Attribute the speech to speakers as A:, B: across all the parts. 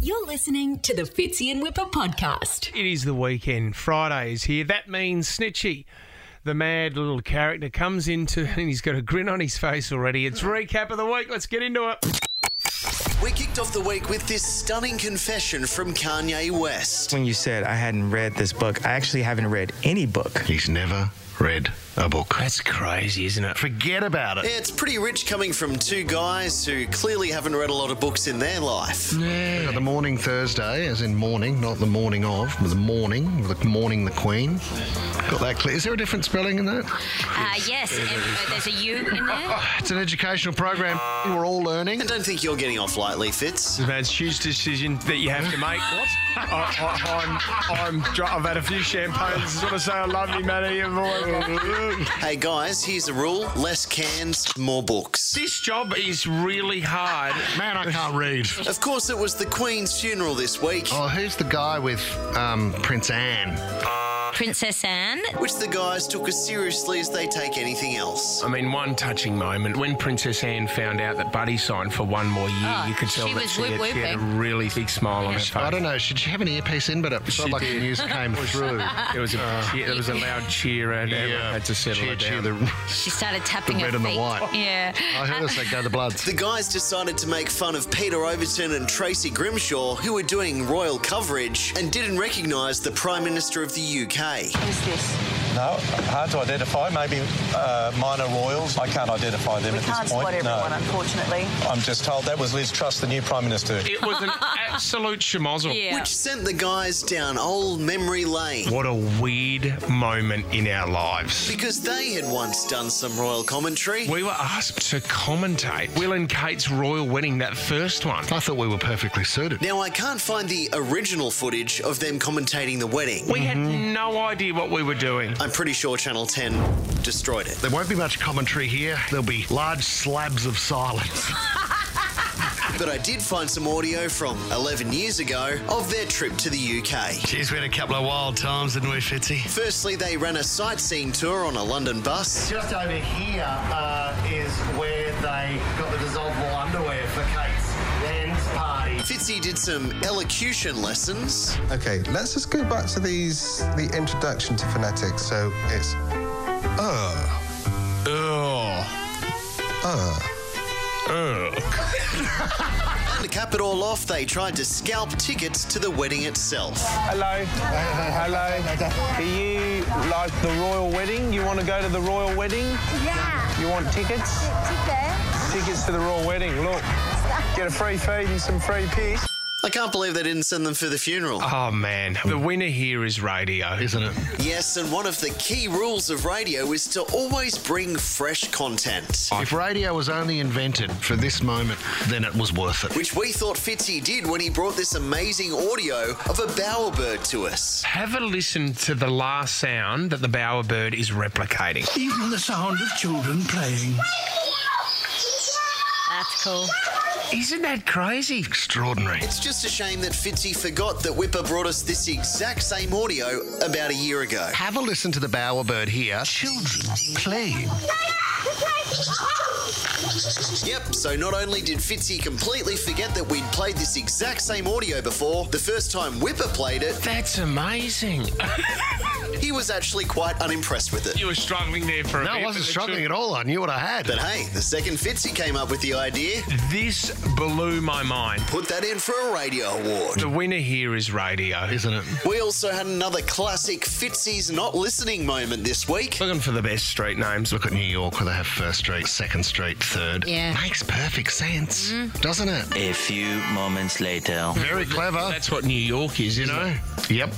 A: You're listening to the Fitzy and Whipper podcast.
B: It is the weekend. Friday is here. That means Snitchy, the mad little character, comes into and he's got a grin on his face already. It's recap of the week. Let's get into it.
C: We kicked off the week with this stunning confession from Kanye West.
D: when you said I hadn't read this book. I actually haven't read any book.
E: He's never read a book.
B: That's crazy, isn't it?
E: Forget about it.
C: Yeah, it's pretty rich coming from two guys who clearly haven't read a lot of books in their life.
E: The morning Thursday, as in morning, not the morning of, but the morning, the morning the Queen. Got that clear? Is there a different spelling in that?
F: Uh, yes, and, uh, there's a U in there.
E: It's an educational program. We're all learning.
C: And don't think you're getting off lightly, Fitz.
B: It's a bad, huge decision that you have to make. What? I, I, I'm, I'm, dr- I've had a few champagnes. Just want to say I love you, Matty.
C: Hey guys, here's the rule less cans, more books.
B: This job is really hard.
E: Man, I can't read.
C: Of course, it was the Queen's funeral this week,
E: Oh, who's the guy with um, Prince Anne?
F: Princess Anne.
C: which the guys took as seriously as they take anything else.
B: I mean, one touching moment when Princess Anne found out that Buddy signed for one more year,
F: Oh,
B: you could tell
F: she
B: that
F: was
B: she had, she had a
F: whoop-whooping.
B: really big smile on her face.
E: I don't know. Should she have an earpiece in? But it felt
B: She
E: like the
B: did.
E: news came through.
B: There was a cheer, there was a loud cheer, and everyone had to settle
E: cheer,
B: it
E: cheer
B: down.
E: the-
F: She started tapping
E: The red
F: her
E: and the
F: feet.
E: white.
F: Yeah.
E: I heard us say go the Bloods.
C: The guys decided to make fun of Peter Overton and Tracy Grimshaw, who were doing royal coverage and didn't recognise the Prime Minister of the UK.
G: No, hard to identify. Maybe uh, minor royals. I can't identify them at
H: Can't
G: this point.
H: spot everyone,
G: no,
H: unfortunately.
G: I'm just told that was Liz Truss, the new prime minister.
B: It was an absolute schmozzle.
F: Yeah.
C: Which sent the guys down old memory lane.
B: What a weird moment in our lives.
C: Because they had once done some royal commentary.
B: We were asked to commentate Will and Kate's royal wedding, that first one.
E: I thought we were perfectly suited.
C: Now, I can't find the original footage of them commentating the wedding.
B: We had no idea what we were doing.
C: I'm pretty sure Channel 10 destroyed it.
E: There won't be much commentary here. There'll be large slabs of silence.
C: But I did find some audio from 11 years ago of their trip to the UK.
E: Jeez, we had a couple of wild times, didn't we, Fitzy?
C: Firstly, they ran a sightseeing tour on a London bus.
I: Just over here uh, is where they got the dissolvable underwear for Kate's dance party.
C: Fitzy did some elocution lessons.
J: Okay, let's just go back to these the introduction to phonetics. So it's uh,
C: And to cap it all off, they tried to scalp tickets to the wedding itself.
K: Hello. Hello. Do you like the royal wedding? You want to go to the royal wedding?
H: Yeah.
K: You want tickets? Tickets to the royal wedding. Look, get a free feed and some free piss.
C: I can't believe they didn't send them for the funeral.
B: Oh man, the winner here is radio.
E: Isn't it?
C: Yes, and one of the key rules of radio is to always bring fresh content.
E: If radio was only invented for this moment, then it was worth it.
C: Which we thought Fitzy did when he brought this amazing audio of a bowerbird to us.
B: Have a listen to the last sound that the bowerbird is replicating.
I: Even the sound of children playing.
F: That's cool.
B: Isn't that crazy?
E: Extraordinary.
C: It's just a shame that Fitzy forgot that Whipper brought us this exact same audio about a year ago.
E: Have a listen to the bowerbird here. Children playing.
C: Yep, so not only did Fitzy completely forget that we'd played this exact same audio before, the first time Whipper played it,
B: That's amazing.
C: he was actually quite unimpressed with it.
B: you were struggling there for a bit.
E: No, I
B: but the
E: wasn't struggling
B: truth-
E: at all. I knew what I had.
C: But hey, the second Fitzy came up with the idea,
B: This blew my mind.
C: put that in for a radio award.
B: The winner here is radio.
E: Isn't it?
C: We also had another classic Fitzy's not listening moment this week.
B: Looking for the best street names.
E: Look at New York where they have First Street, Second Street, Third.
F: Yeah.
E: Makes perfect sense, doesn't it?
I: A few moments later.
E: Very clever.
B: Mm. That's what New York is,
E: You
B: isn't it?
E: know? Yep.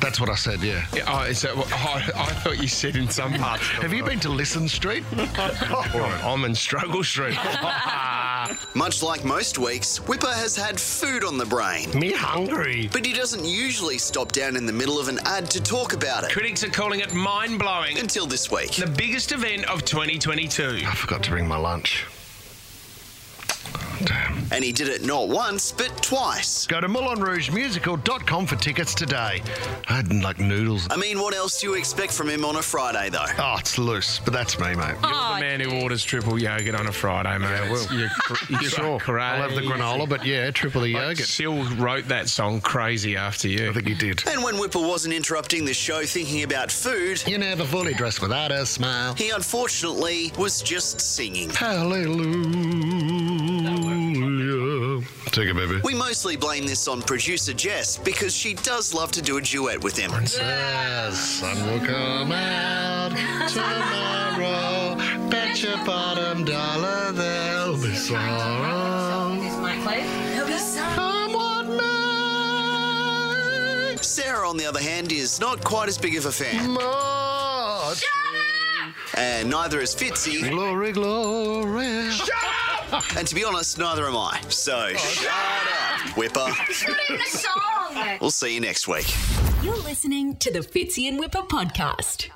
E: That's what I said, yeah.
B: Yeah, Oh, is that what, oh, I thought you said in some parts.
E: Have you been to Listen Street?
B: Or an almond struggle street.
C: Much like most weeks, Whipper has had food on the brain.
E: Me hungry.
C: But he doesn't usually stop down in the middle of an ad to talk about it.
B: Critics are calling it mind blowing.
C: Until this week.
B: The biggest event of 2022.
E: I forgot to bring my lunch. Damn.
C: And he did it not once, but twice.
E: Go to MoulinRougeMusical.com for tickets today. I had like noodles.
C: I mean, what else do you expect from him on a Friday, though?
E: Oh, it's loose, but that's me, mate.
B: the man who orders triple yogurt on a Friday, mate.
E: I will.
B: You're, cr- you're
E: Sure,
B: crazy.
E: I'll have the granola, but yeah, triple the
B: Like,
E: yogurt.
B: Syl wrote that song crazy after you.
E: I think he did.
C: And when Whipper wasn't interrupting the show thinking about food,
E: You never fully dress without a smile.
C: he unfortunately was just singing.
E: Hallelujah. Take it, baby.
C: We mostly blame this on producer Jess because she does love to do a duet with him.
E: The sun will come out tomorrow. Bet your bottom dollar there'll be sorrow. Somewhat made
C: Sarah, on the other hand, is not quite as big of a fan,
E: more.
C: and neither is Fitzy,
E: Glory, glory.
C: and to be honest, neither am I. So shut up, Whipper. We'll see you next week.
A: You're listening to the Fitzy and Whipper podcast.